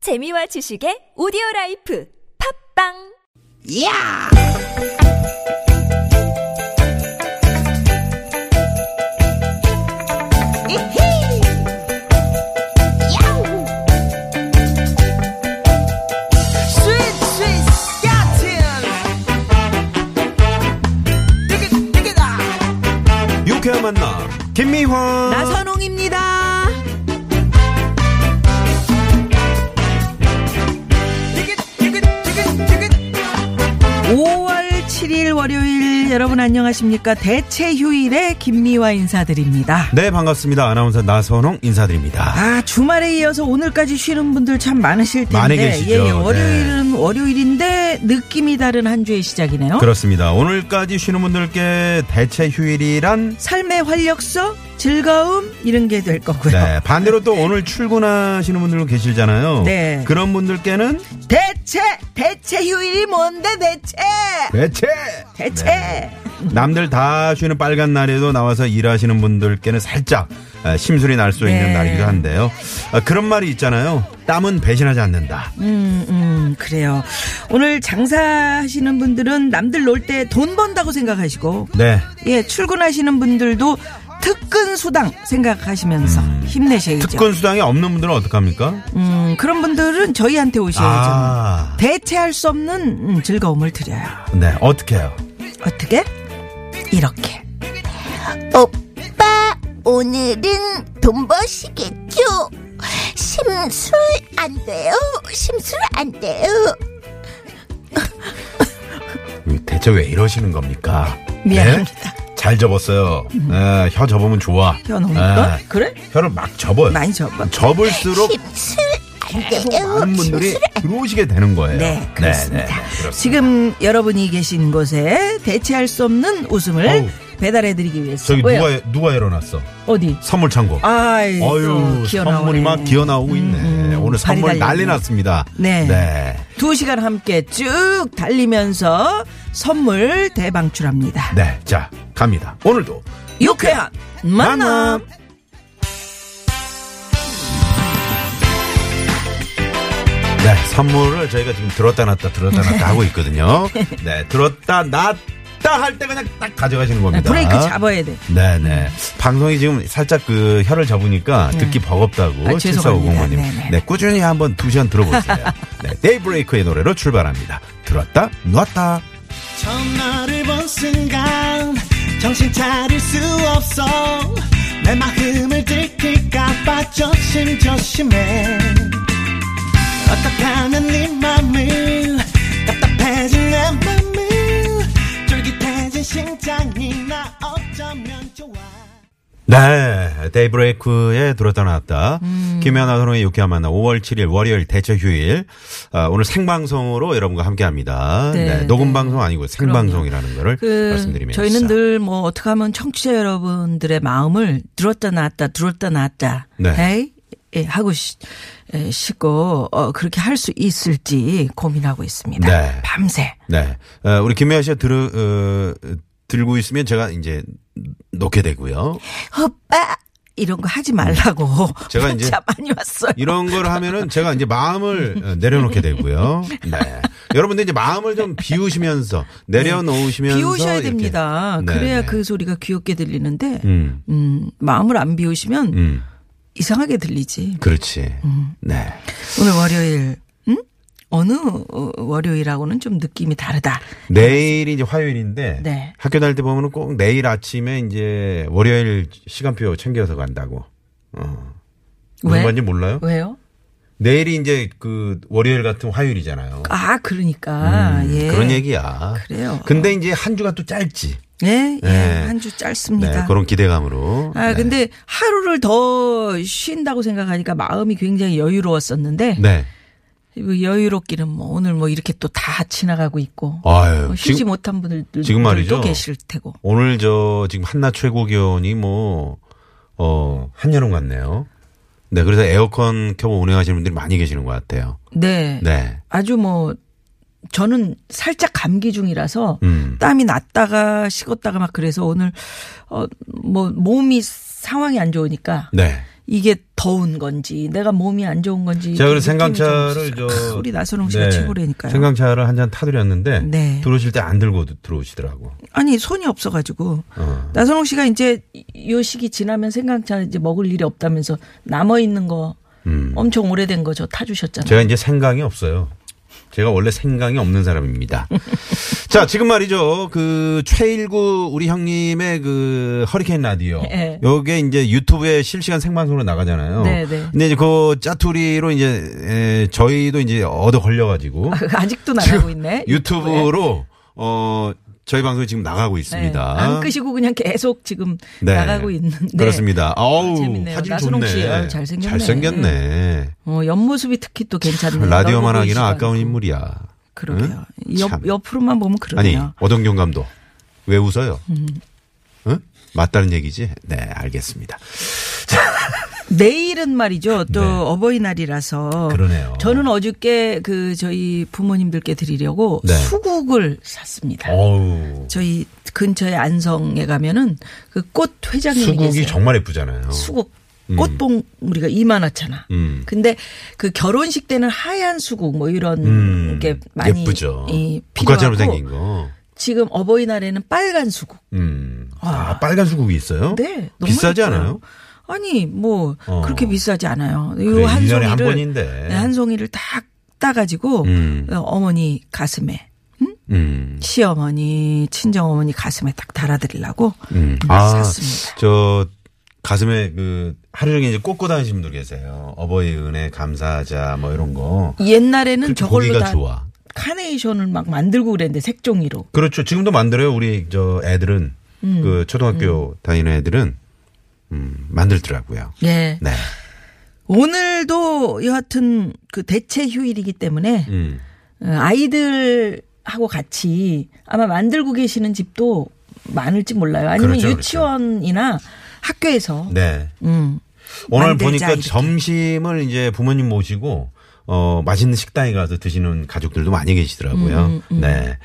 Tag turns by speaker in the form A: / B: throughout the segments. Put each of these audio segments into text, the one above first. A: 재미와 지식의 오디오 라이프 팝빵
B: 야! 이히! 야우! 스윗, 스윗, 스캇틴! 띠깃, 띠깃아!
C: 유쾌한 만남 김미화
B: 나선홍입니다. 띠깃, 띠깃, 띠깃, 띠깃.
D: 5월 7일 월요일 여러분 안녕하십니까 대체 휴일에 김미화 인사드립니다.
C: 네 반갑습니다 아나운서 나선홍 인사드립니다
D: 아 주말에 이어서 오늘까지 쉬는 분들 참 많으실 텐데
C: 많이 계시죠. 네.
D: 예, 예, 월요일은 월요일인데 느낌이 다른 한 주의 시작이네요.
C: 그렇습니다 오늘까지 쉬는 분들께 대체 휴일이란
D: 삶의 활력소 즐거움 이런 게 될 거고요.
C: 네 반대로 또 오늘 출근하시는 분들도 계시잖아요
D: 네.
C: 그런 분들께는
D: 대체 대체 휴일이 뭔데 대체
C: 대체
D: 대체
C: 남들 다 쉬는 빨간 날에도 나와서 일하시는 분들께는 살짝 에, 심술이 날 수 있는
D: 네.
C: 날이기도 한데요 아, 그런 말이 있잖아요 땀은 배신하지 않는다
D: 음, 음, 그래요. 오늘 장사하시는 분들은 남들 놀 때 돈 번다고 생각하시고
C: 네
D: 예, 출근하시는 분들도 특근 수당 생각하시면서 힘내셔야죠.
C: 음. 특권 수당이 없는 분들은 어떡합니까
D: 음, 그런 분들은 저희한테 오셔야죠.
C: 아.
D: 대체할 수 없는 음, 즐거움을 드려요.
C: 네 어떻게 해요
D: 어떻게? 이렇게.
E: 오빠, 오늘은 돈 버시겠죠? 심술 안 돼요. 심술 안 돼요.
C: 대체 왜 이러시는 겁니까?
D: 미안합니다. 음.
C: 네? 잘 접었어요. 예, 혀 접으면 좋아.
D: 혀 너무 까
C: 예,
D: 그래?
C: 혀를 막 접어요.
D: 많이 접어. 뭐,
C: 접을수록
E: 심술 안
C: 계속
E: 돼요.
C: 많은 분들이 들어오시게 되는 거예요.
D: 네, 그렇습니다.
C: 그렇습니다.
D: 지금 여러분이 계신 곳에 대체할 수 없는 웃음을
C: 어우.
D: 배달해드리기 위해서.
C: 저기
D: 왜요?
C: 누가 누가 열어놨어?
D: 어디?
C: 선물 창고.
D: 아이,
C: 어유 선물이 막 기어 나오고 있네. 오늘
D: 음, 발이
C: 선물 난리
D: 달렸네.
C: 났습니다.
D: 네. 두 시간 함께 쭉 달리면서 선물 대방출합니다.
C: 네, 자 갑니다. 오늘도
D: 유쾌한 만남.
C: 네, 선물을 저희가 지금 들었다 놨다 들었다 놨다 하고 있거든요. 네, 들었다 놨다 할 때 그냥 딱 가져가시는 겁니다.
D: 네, 브레이크 잡아야 돼.
C: 네네. 방송이 지금 살짝 그 혀를 접으니까 듣기 버겁다고
D: 네. 아, 죄송합니다.
C: 7450님.
D: 네네.
C: 네, 꾸준히 한번 두 시간 들어보세요. 네, 데이브레이크의 노래로 출발합니다. 들었다 놨다.
F: 전화를 본 순간 정신 차릴 수 없어 내 마음을 들킬까봐 조심조심해 어떻게 하면 네 맘을 답답해진 내 맘을 쫄깃해진 심장이 나 어쩌면 좋아
C: 네, 데이브레이크에 들었다 놨다.
D: 음.
C: 김연아 선호의 유쾌한 만남 5월 7일 월요일 대체 휴일. 아, 오늘 생방송으로 여러분과 함께 합니다.
D: 네,
C: 네, 녹음 방송 아니고 생방송이라는 거를
D: 그
C: 말씀드리면서.
D: 저희는 늘 뭐 어떻게 하면 청취자 여러분들의 마음을 들었다 놨다 들었다 놨다
C: 네.
D: 에이? 예, 하고 시, 에, 싶고 어, 그렇게 할 수 있을지 고민하고 있습니다.
C: 네.
D: 밤새.
C: 네. 어, 우리 김혜아 씨가 들, 어, 들고 있으면 제가 이제 놓게 되고요.
D: 오빠 이런 거 하지 말라고
C: 음. 제가 이제
D: 문자 많이 왔어요.
C: 이런 걸 하면은 제가 이제 마음을 어, 내려놓게 되고요. 네. 여러분들 이제 마음을 좀 비우시면서 내려놓으시면서
D: 네, 비우셔야
C: 이렇게.
D: 됩니다.
C: 네,
D: 그래야
C: 네.
D: 그 소리가 귀엽게 들리는데
C: 음.
D: 음, 마음을 안 비우시면
C: 음.
D: 이상하게 들리지.
C: 그렇지.
D: 음.
C: 네.
D: 오늘 월요일, 응? 어느 어, 월요일하고는 좀 느낌이 다르다.
C: 내일이 이제 화요일인데
D: 네.
C: 학교 다닐 때 보면은 꼭 내일 아침에 이제 월요일 시간표 챙겨서 간다고. 어.
D: 왜?
C: 뭔지 몰라요?
D: 왜요?
C: 내일이 이제 그 월요일 같은 화요일이잖아요. 음,
D: 아, 그러니까. 예.
C: 그런 얘기야.
D: 그래요.
C: 근데 이제 한 주가 또 짧지.
D: 예, 예.
C: 네.
D: 한 주
C: 네,
D: 짧습니다.
C: 그런 기대감으로.
D: 그러니까. 아,
C: 네.
D: 근데 하루를 더 쉰다고 생각하니까 마음이 굉장히 여유로웠었는데
C: 네.
D: 뭐 여유롭기는 뭐 오늘 뭐 이렇게 또 다 지나가고 있고
C: 아유,
D: 뭐 쉬지
C: 지금
D: 못한 분들도
C: 지금 말이죠.
D: 계실 테고.
C: 오늘 저 지금 한낮 최고 기온이 뭐 어, 한여름 같네요. 네, 그래서 에어컨 켜고 운행하시는 분들이 많이 계시는 것 같아요.
D: 네.
C: 네.
D: 아주 뭐 저는 살짝 감기 중이라서
C: 음.
D: 땀이 났다가 식었다가 막 그래서 오늘 어 뭐 몸이 상황이 안 좋으니까
C: 네.
D: 이게 더운 건지 내가 몸이 안 좋은 건지
C: 제가
D: 좀
C: 그래서
D: 느낌이 좀
C: 생강차를
D: 싹
C: 저
D: 우리 나선홍 씨가
C: 네.
D: 최고라니까요.
C: 생강차를 한 잔 타드렸는데
D: 네.
C: 들어오실 때 안 들고 들어오시더라고.
D: 아니 손이 없어가지고
C: 어.
D: 나선홍 씨가 이제 요 시기 지나면 생강차 이제 먹을 일이 없다면서 남아 있는 거 엄청 오래된 거 저 타주셨잖아요.
C: 음. 제가 이제 생강이 없어요. 제가 원래 생강이 없는 사람입니다. 자, 지금 말이죠. 그 최일구 우리 형님의 그 허리케인 라디오.
D: 예.
C: 요게 이제 유튜브에 실시간 생방송으로 나가잖아요.
D: 네, 네.
C: 근데 이제 그 짜투리로 이제 에, 저희도 이제 얻어 걸려 가지고
D: 아직도 나가고 있네.
C: 유튜브로 어 저희 방송이 지금 나가고 있습니다.
D: 네. 안 끄시고 그냥 계속 지금
C: 네.
D: 나가고 있는데
C: 그렇습니다. 아우,
D: 재밌네요.
C: 화질
D: 나선홍
C: 좋네.
D: 씨, 아유, 잘생겼네.
C: 잘생겼네.
D: 어, 옆모습이 특히 또 괜찮네요.
C: 라디오만 하기는
D: 넓어 보이지도
C: 아까운
D: 않고.
C: 인물이야.
D: 그러게요.
C: 응? 참.
D: 옆, 옆으로만 보면
C: 아니,
D: 그러네요. 음.
C: 어동경 감독. 왜 웃어요? 응? 맞다는 얘기지? 네, 알겠습니다.
D: 내일은 말이죠. 또
C: 네.
D: 어버이날이라서.
C: 그러네요.
D: 저는 어저께 그 저희 부모님들께 드리려고
C: 네.
D: 수국을 샀습니다.
C: 어우.
D: 저희 근처에 안성에 가면은 그 꽃 회장님이
C: 수국이
D: 계세요.
C: 정말 예쁘잖아요.
D: 수국 꽃봉우리가 이만하잖아.
C: 음.
D: 근데 그 결혼식 때는 하얀 수국 뭐 이런
C: 음,
D: 게 많이
C: 예쁘죠.
D: 이
C: 국가처럼
D: 필요하고
C: 생긴 거.
D: 지금 어버이날에는 빨간 수국.
C: 음. 아, 빨간 수국이 있어요?
D: 네, 너무
C: 비싸지
D: 예뻐요.
C: 않아요?
D: 아니 뭐
C: 어.
D: 그렇게 비싸지 않아요. 이
C: 그래,
D: 한
C: 네, 일년에 한
D: 송이를
C: 번인데.
D: 네, 한 송이를 딱 따가지고
C: 음.
D: 어, 어머니 가슴에
C: 음.
D: 시어머니 친정 어머니 가슴에 딱 달아드리려고
C: 음.
D: 샀습니다.
C: 저 가슴에 그 하루 종일 이제 꽂고 다니시는 분들 계세요. 어버이 은혜 감사하자 뭐 이런 거.
D: 옛날에는
C: 그렇게
D: 저걸로
C: 보기가
D: 다
C: 좋아.
D: 카네이션을 막 만들고 그랬는데 색종이로.
C: 그렇죠. 지금도 만들어요. 우리 저 애들은
D: 음.
C: 그 초등학교 다니는 애들은 음, 만들더라고요.
D: 예.
C: 네.
D: 오늘도 여하튼 그 대체 휴일이기 때문에
C: 음.
D: 어, 아이들하고 같이 아마 만들고 계시는 집도 많을지 몰라요. 아니면
C: 그렇죠, 그렇죠.
D: 유치원이나 학교에서
C: 네.
D: 음.
C: 오늘
D: 만들자,
C: 보니까
D: 이렇게.
C: 점심을 이제 부모님 모시고 어 맛있는 식당에 가서 드시는 가족들도 많이
D: 음,
C: 계시더라고요. 네.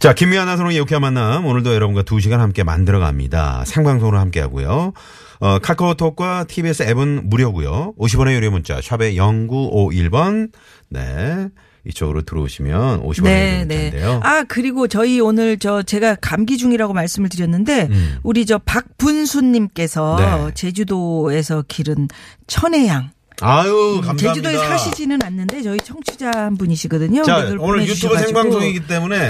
C: 자, 김미아나 선홍의 이렇게 만남 오늘도 여러분과 2시간 함께 만들어 갑니다. 생방송으로 함께 하고요. 어 카카오톡과 TBS 앱은 무료고요. 50원의 유료 문자 샵에 0951번 네. 이쪽으로 들어오시면 50원의 유료
D: 네, 네.
C: 문자인데요.
D: 아, 그리고 저희 오늘 저 제가 감기 중이라고 말씀을 드렸는데 우리 저 박분수 님께서
C: 음. 네.
D: 제주도에서 기른 천혜향
C: 아유, 감사합니다.
D: 음, 제주도에 사시지는 않는데 저희 청취자 한 분이시거든요.
C: 자,
D: 근데 그걸
C: 오늘 유튜브
D: 보내주셔가지고 음,
C: 생방송이기 때문에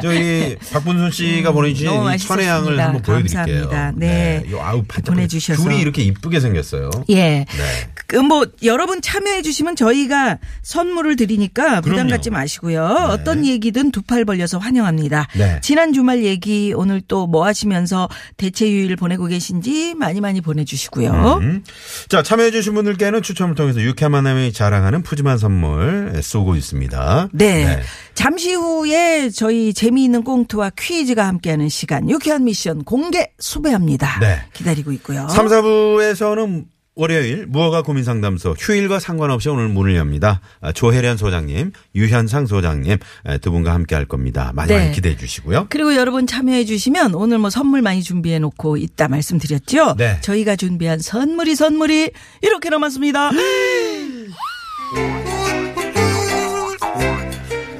C: 저희 박분순 씨가 보내주신
D: 너무
C: 이 천혜향을
D: 맛있었습니다.
C: 한번 보여드릴게요.
D: 감사합니다. 네.
C: 요 아우 반짝
D: 보내주셔서.
C: 줄이 이렇게 이쁘게 생겼어요.
D: 예.
C: 네.
D: 그, 뭐, 여러분 참여해주시면 저희가 선물을 드리니까 부담
C: 그럼요.
D: 갖지 마시고요. 어떤 얘기든 두 팔 벌려서 환영합니다.
C: 네.
D: 지난 주말 얘기 오늘 또 뭐 하시면서 대체휴일 보내고 계신지 많이 많이 보내주시고요.
C: 음. 자, 참여해주신 분들께는 추첨을 통해서 유쾌한 만남이 자랑하는 푸짐한 선물 쏘고 있습니다.
D: 네. 잠시 후에 저희 재미있는 꽁트와 퀴즈가 함께하는 시간, 유쾌한 미션 공개 수배합니다.
C: 네.
D: 기다리고 있고요.
C: 3, 4부에서는 월요일 무허가 고민 상담소 휴일과 상관없이 오늘 문을 엽니다. 아, 조혜련 소장님, 유현상 소장님 에, 두 분과 함께 할 겁니다. 많이
D: 네.
C: 많이 기대해 주시고요.
D: 그리고 여러분 참여해 주시면 오늘 뭐 선물 많이 준비해 놓고 있다 말씀드렸죠?
C: 네.
D: 저희가 준비한 선물이 선물이 이렇게 남았습니다.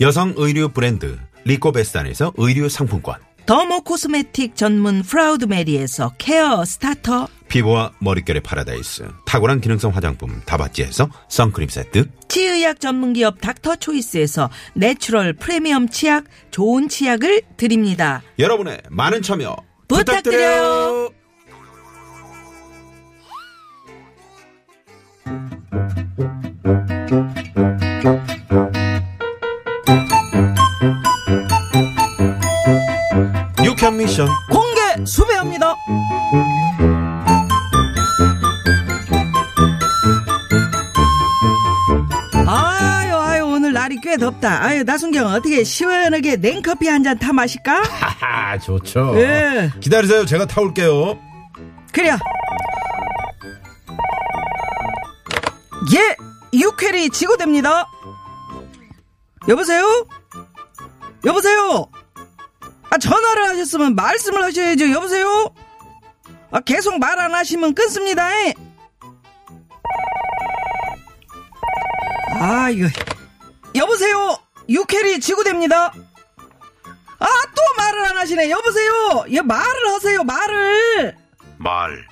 C: 여성 의류 브랜드 리코베스탄에서 의류 상품권.
D: 더모 코스메틱 전문 프라우드 메리에서 케어 스타터.
C: 피부와 머릿결의 파라다이스. 탁월한 기능성 화장품 다바찌에서 선크림 세트.
D: 치의학 전문기업 닥터초이스에서 내추럴 프리미엄 치약 좋은 치약을 드립니다.
C: 여러분의 많은 참여
D: 부탁드려요.
C: 부탁드려요. 유쾌한 미션
D: 공개 수배합니다. 꽤 덥다. 아유, 나순경, 어떻게 시원하게 냉커피 한 잔 타 마실까?
C: 하하, 좋죠.
D: 예.
C: 기다리세요. 제가 타올게요.
D: 그래. 예, 육회리 지고됩니다. 여보세요? 여보세요? 아, 전화를 하셨으면 말씀을 하셔야죠. 여보세요? 아, 계속 말 안 하시면 끊습니다. 예. 아, 이거. 여보세요? 육회리 지고됩니다. 아, 또 말을 안 하시네. 여보세요? 예, 말을 하세요. 말을.
C: 말.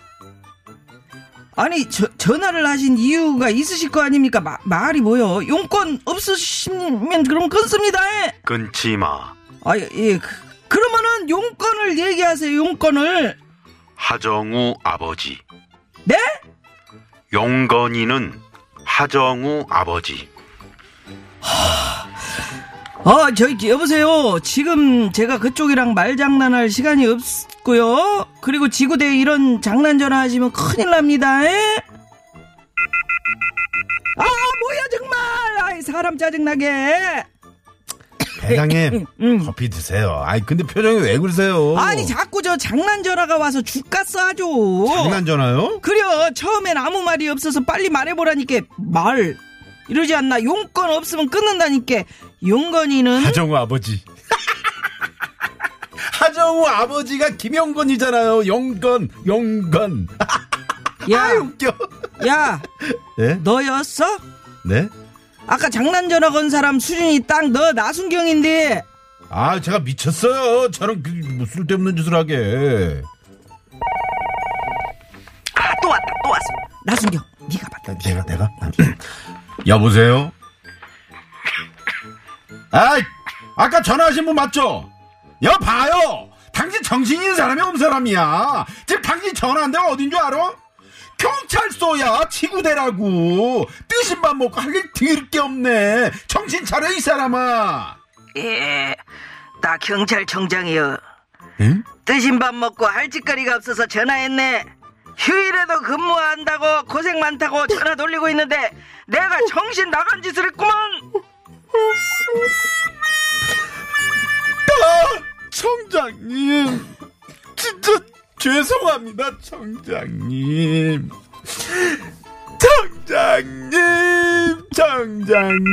D: 아니 저- 전화를 하신 이유가 있으실 거 아닙니까? 마- 말이 뭐요? 용건 없으시면 그럼 끊습니다. 예.
C: 끊지 마.
D: 아 예, 예. 그- 그러면은 용건을 얘기하세요. 용건을
C: 하정우 아버지.
D: 네?
C: 용건이는 하정우 아버지.
D: 아 저기 여보세요. 지금 제가 그쪽이랑 말장난할 시간이 없고요. 그리고 지구대 이런 장난 전화하시면 큰일 납니다. 에? 아 뭐야 정말. 아이 사람 짜증나게.
C: 회장님, 커피 드세요. 아이, 근데 표정이 왜 그러세요?
D: 음, 아니 자꾸 저 장난 전화가 와서 죽가 싸죠.
C: 장난잖아요?
D: 그려 처음엔 아무 말이 없어서 빨리 말해보라니까 말 이러지 않나 용건 없으면 끊는다니까 용건이는
C: 하정우 아버지. 하정우 아버지가 김영건이잖아요. 영건, 영건.
D: 야,
C: 웃겨.
D: 야 예?
C: 네?
D: 너였어?
C: 네?
D: 아까 장난 전화 건 사람 수준이 딱 너 나순경인데
C: 아, 제가 미쳤어요. 저런 그, 뭐 쓸데없는 짓을 하게.
D: 또 왔다 또 왔어 나순경 네가 받아
C: 내가, 내가? 여보세요? 아, 아까 전화하신 분 맞죠? 여봐요! 당신 정신 있는 사람이 없는 사람이야. 지금 당신 전화한 데가 어딘 줄 알아? 경찰서야, 지구대라고. 뜨신 밥 먹고 할 일 드럽게 없네. 정신 차려, 이 사람아.
D: 예, 예나 경찰청장이요
C: 응?
D: 뜨신 밥 먹고 할 짓거리가 없어서 전화했네. 휴일에도 근무한다고 고생 많다고 전화 돌리고 있는데 내가 정신 나간 짓을 했구먼.
C: 청장님, 진짜 죄송합니다, 청장님. 청장님, 청장님.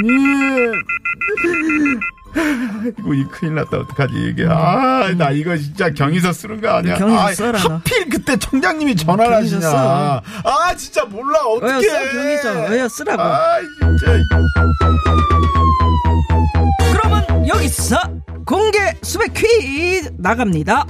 C: 이거 이 큰일 났다 어떡하지 이게 아 나 이거 진짜 경위서 쓰는 거 아니야
D: 음. 경위서
C: 아,
D: 써라, 너.
C: 하필 그때 청장님이 전화를
D: 경위서
C: 하시냐
D: 써.
C: 아 진짜 몰라 어떡해
D: 어여, 써, 경위서. 어여, 쓰라고.
C: 아 진짜
D: 그러면 여기서 공개 수배 퀴즈 나갑니다.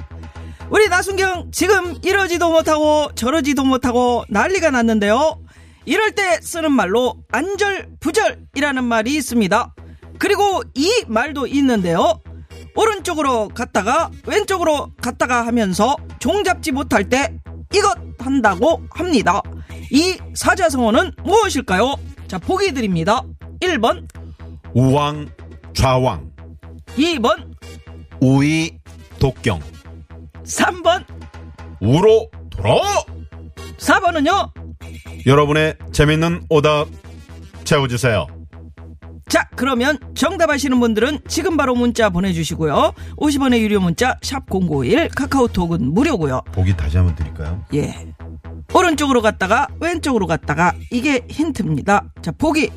D: 우리 나순경 지금 이러지도 못하고 저러지도 못하고 난리가 났는데요. 이럴 때 쓰는 말로 안절부절이라는 말이 있습니다. 그리고 이 말도 있는데요. 오른쪽으로 갔다가 왼쪽으로 갔다가 하면서 종잡지 못할 때 이것 한다고 합니다. 이 사자성어는 무엇일까요? 자, 보기 드립니다. 1번,
C: 우왕 좌왕
D: 2번,
C: 우이 독경
D: 3번,
C: 우로 돌아
D: 4번은요.
C: 여러분의 재밌는 오답 채워주세요.
D: 자, 그러면 정답 아시는 분들은 지금 바로 문자 보내주시고요. 50원의 유료 문자 샵 #051 카카오톡은 무료고요.
C: 보기 다시 한번 드릴까요?
D: 예. 오른쪽으로 갔다가 왼쪽으로 갔다가 이게 힌트입니다. 자, 보기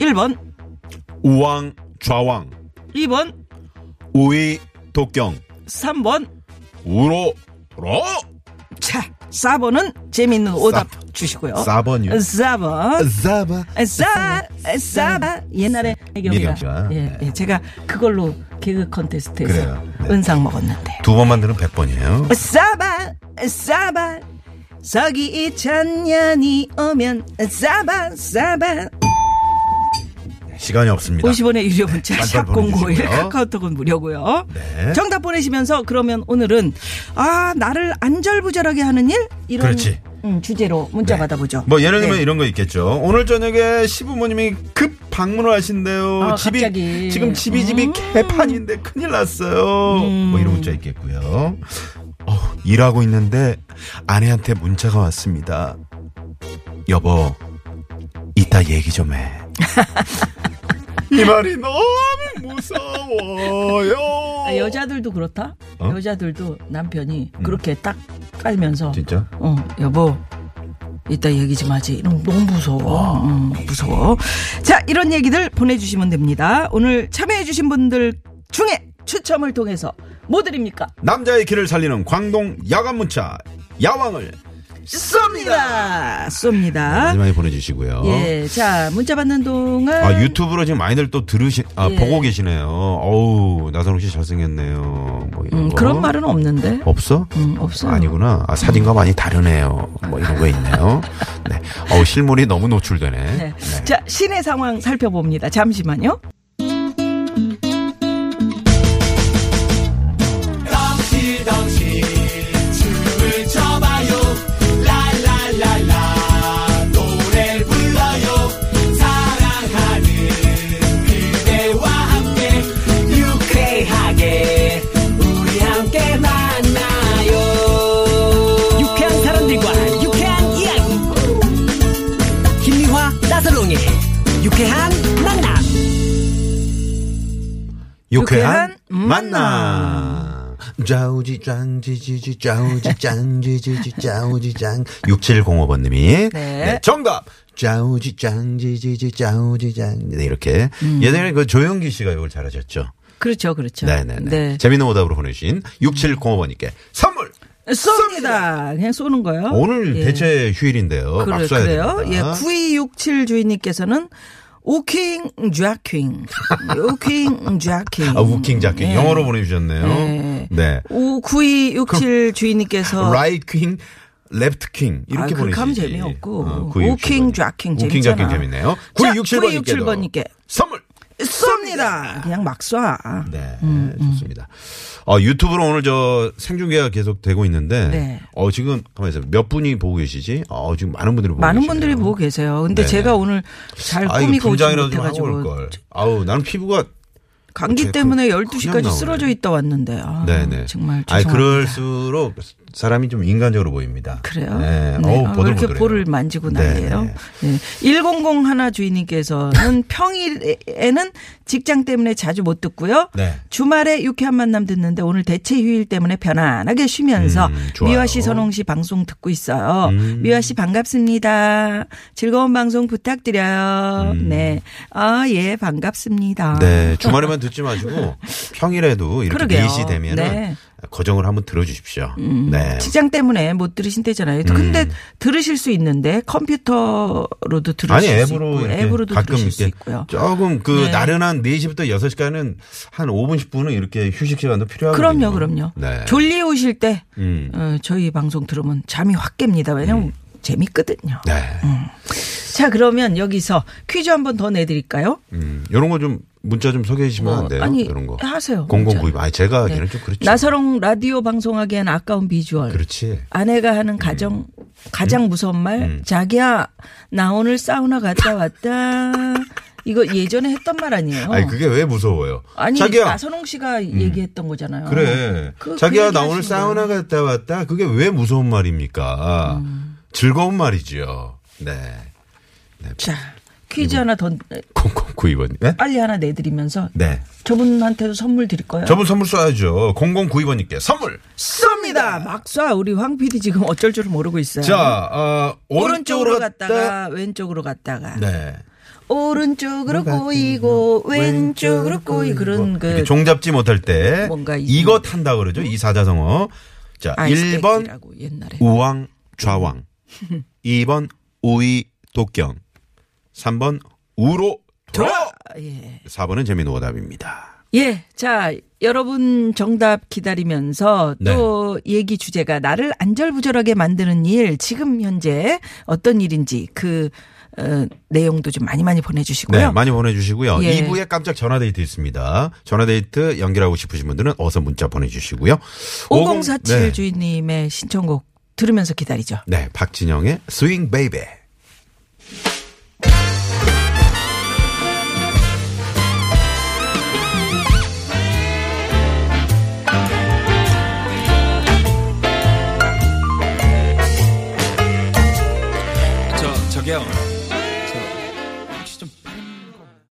D: 1번,
C: 우왕 좌왕
D: 2번,
C: 우이 독경
D: 3번,
C: 우로 로
D: 자, 4번은 재밌는 오답
C: 사-
D: 주시고요. 어,
C: 4번이요?
D: 4번.
C: 아,
D: 어,
C: 자바
D: 싸, 싸바. 옛날에
C: 미경
D: 미경
C: 씨가. 네.
D: 씨가. 예, 예, 제가 그걸로 개그 콘테스트에서
C: 그래요. 네.
D: 은상 먹었는데.
C: 두 번만 들으면 100번이에요.
D: 싸바 싸바 서기 2000년이 오면 싸바 싸바
C: 시간이 없습니다.
D: 50원의 유료 문자
C: 빨리
D: 샵 공고일
C: 보내주시고요.
D: 카카오톡은 무료고요.
C: 네.
D: 정답 보내시면서 그러면 오늘은 아 나를 안절부절하게 하는 일 이런
C: 그렇지.
D: 음, 주제로 문자
C: 네.
D: 받아보죠.
C: 뭐 예를 들면
D: 네.
C: 이런 거 있겠죠. 오늘 저녁에 시부모님이 급 방문을 하신대요.
G: 아,
C: 집이
G: 갑자기.
C: 지금 집이
D: 음.
C: 집이 개판인데 큰일 났어요. 뭐 이런 문자 있겠고요. 어, 일하고 있는데 아내한테 문자가 왔습니다. 여보, 이따 얘기 좀 해. 이 말이 너무 무서워요.
D: 아, 여자들도 그렇다?
C: 어? 음.
D: 여자들도 남편이 그렇게 딱 깔면서
C: 진짜?
D: 어 여보 이따 얘기 좀 하지 이런 거 너무
C: 어,
D: 무서워 음.
H: 무서워. 자, 이런 얘기들 보내주시면 됩니다. 오늘 참여해주신 분들 중에
D: 추첨을 통해서 뭐 드립니까?
C: 남자의 길을 살리는 광동 야간 문자 야왕을
H: 쏩니다. 쏩니다.
C: 많이 많이 보내주시고요.
D: 예, 자 문자 받는 동안
C: 아 유튜브로 지금 많이들 또 들으시 아
D: 예.
C: 보고 계시네요. 어우 나선홍 씨 잘생겼네요. 뭐 이런
D: 음,
C: 거.
D: 그런 말은 없는데
C: 없어?
D: 음, 없어요.
C: 아니구나. 아, 사진과 많이 다르네요. 뭐 이런 거 있네요. 네. 어우 실물이 너무 노출되네.
D: 네.
C: 네.
D: 자 시내 상황 살펴봅니다. 잠시만요.
F: 유쾌한 사람들과 유쾌한 이야기 김미화 나서롱의 유쾌한 만남
C: 유쾌한 만남. 짜우지 짱지지지 짜우지 짱지지지 짜우지 짱 6705번님이
D: 네.
C: 정답 짜우지 짱지지지 짜우지 짱 네, 이렇게
D: 음.
C: 예전에 그 조영기 씨가 이걸 잘하셨죠
D: 그렇죠, 그렇죠.
C: 네네네
D: 네.
C: 재밌는 오답으로 보내주신 6705번님께 선물
D: 쏩니다. 그냥 쏘는 거예요.
C: 오늘
D: 예.
C: 대체 휴일인데요 막
D: 그래,
C: 써야
D: 그래요?
C: 됩니다.
D: 예, 9267 주인님께서는 우킹 좌킹. 우킹 좌킹.
C: 아, 우킹 자켓
D: 예.
C: 영어로 보내주셨네요
D: 예.
C: 네
D: 오, 9267 주인님께서
C: 그 라이트 킹, 레프트 킹
D: 어. 아,
C: 이렇게
D: 그렇게
C: 보내주시
D: 하면 재미없고.
C: 킹
D: 우킹, 좌킹
C: 우킹 좌킹
D: 재밌잖아.
C: 재밌네요.
D: 자,
C: 9267번님께도
D: 9267번님께.
C: 선물.
D: 쏩니다. 그냥 막 쏴.
C: 네,
D: 음,
C: 좋습니다. 어, 유튜브로 오늘 저 생중계가 계속 되고 있는데,
D: 네.
C: 어 지금 가만 있어요. 몇 분이 보고 계시지? 어 지금 많은 분들이 보고
D: 많은
C: 계시네요.
D: 분들이 보고 계세요. 근데
C: 네네.
D: 제가 오늘 잘
C: 아,
D: 꾸미고
C: 이거
D: 오지
C: 분장이라도 좀 하고 올
D: 못해가지고
C: 걸. 아우, 나는 피부가
D: 감기
C: 제-
D: 때문에
C: 그냥
D: 12시까지
C: 나오네.
D: 쓰러져 있다 왔는데 아,
C: 네네.
D: 정말 죄송합니다.
C: 아니, 그럴수록 사람이 좀 인간적으로 보입니다.
D: 그래요?
C: 네.
D: 네.
C: 어우,
D: 아, 왜 이렇게
C: 보들보들해요.
D: 볼을 만지고
C: 네,
D: 난리예요?
C: 네.
D: 네. 100 하나 주인님께서는 평일에는 직장 때문에 자주 못 듣고요.
C: 네.
D: 주말에 유쾌한 만남 듣는데 오늘 대체 휴일 때문에 편안하게 쉬면서
C: 음, 좋아요. 음.
D: 미화 씨, 선홍 씨 방송 듣고 있어요. 미화 씨 반갑습니다. 즐거운 방송 부탁드려요. 네. 아, 예, 반갑습니다.
C: 음. 네, 주말에만 듣지 마시고 평일에도 이렇게
D: 그러게요.
C: 4시 되면 은
D: 네. 음.
C: 거정을 한번 들어주십시오. 네. 음.
D: 직장 때문에 못 들으신대잖아요. 근데 들으실 수 있는데 컴퓨터로도 들으실
C: 아니
D: 수
C: 앱으로
D: 있고
C: 이렇게
D: 앱으로도
C: 가끔
D: 들으실 수
C: 이렇게
D: 있고요.
C: 조금 그
D: 네.
C: 나른한 4시부터 6시까지는 한 5분 10분은 이렇게 휴식 시간도 필요하거든요.
D: 그럼요, 그럼요.
C: 네.
D: 졸리우실 때
C: 음.
D: 어, 저희 방송 들으면 잠이 확 깹니다. 왜냐면 재밌거든요.
C: 네.
D: 자, 그러면 여기서 퀴즈 한 번 더 내드릴까요?
C: 음. 요런 거 좀 문자 좀 소개해 주시면 안 돼요?
D: 아니,
C: 이런 거.
D: 하세요,
C: 공공구입. 아니 제가
D: 네.
C: 하기에는 좀 그렇죠.
D: 나서롱 라디오 방송하기엔 아까운 비주얼.
C: 그렇지.
D: 아내가 하는 가정
C: 음.
D: 가장 무서운 말 자기야 나 오늘 사우나 갔다 왔다 이거 예전에 했던 말 아니에요?
C: 아니 그게 왜 무서워요?
D: 어. 아니
C: 자기야. 음.
D: 나선홍 씨가 얘기했던 거잖아요.
C: 그래.
D: 그-
C: 자기야,
D: 그
C: 나 오늘
D: 얘기하시는
C: 사우나 갔다 왔다. 그게 왜 무서운 말입니까?
D: 음.
C: 즐거운 말이지요. 네.
D: 자 퀴즈 하나 더
C: 0092번님. 네?
D: 빨리 하나 내드리면서
C: 네.
D: 저분한테도 선물 드릴 거예요.
C: 저분 선물 쏴야죠. 0092번님께 선물.
D: 쏩니다. 막 쏴. 우리 황 PD 지금 어쩔 줄 모르고 있어요.
C: 자, 어,
D: 네. 오른쪽으로 갔다가 왼쪽으로 갔다가
C: 네.
D: 오른쪽으로 꼬이고 왼쪽으로 꼬이 그런
C: 이렇게
D: 그
C: 종잡지 못할 때
D: 뭔가 이-
C: 이거 탄다 그러죠. 이 사자성어. 자,
D: 아이스백이라고
C: 1번
D: 옛날에
C: 우왕 좌왕. 2번 우이 독경. 3번 우로 돌아.
D: 예.
C: 4번은 재미는 오답입니다.
D: 예. 자, 여러분 정답 기다리면서
C: 네.
D: 또 얘기 주제가 나를 안절부절하게 만드는 일, 지금 현재 어떤 일인지 그 어, 내용도 좀 많이 많이 보내주시고요.
C: 네, 많이 보내주시고요.
D: 예.
C: 2부에 깜짝 전화데이트 있습니다. 전화데이트 연결하고 싶으신 분들은 어서 문자 보내주시고요.
D: 5047
C: 네.
D: 주인님의 신청곡 들으면서 기다리죠.
C: 네, 박진영의 스윙 베이베.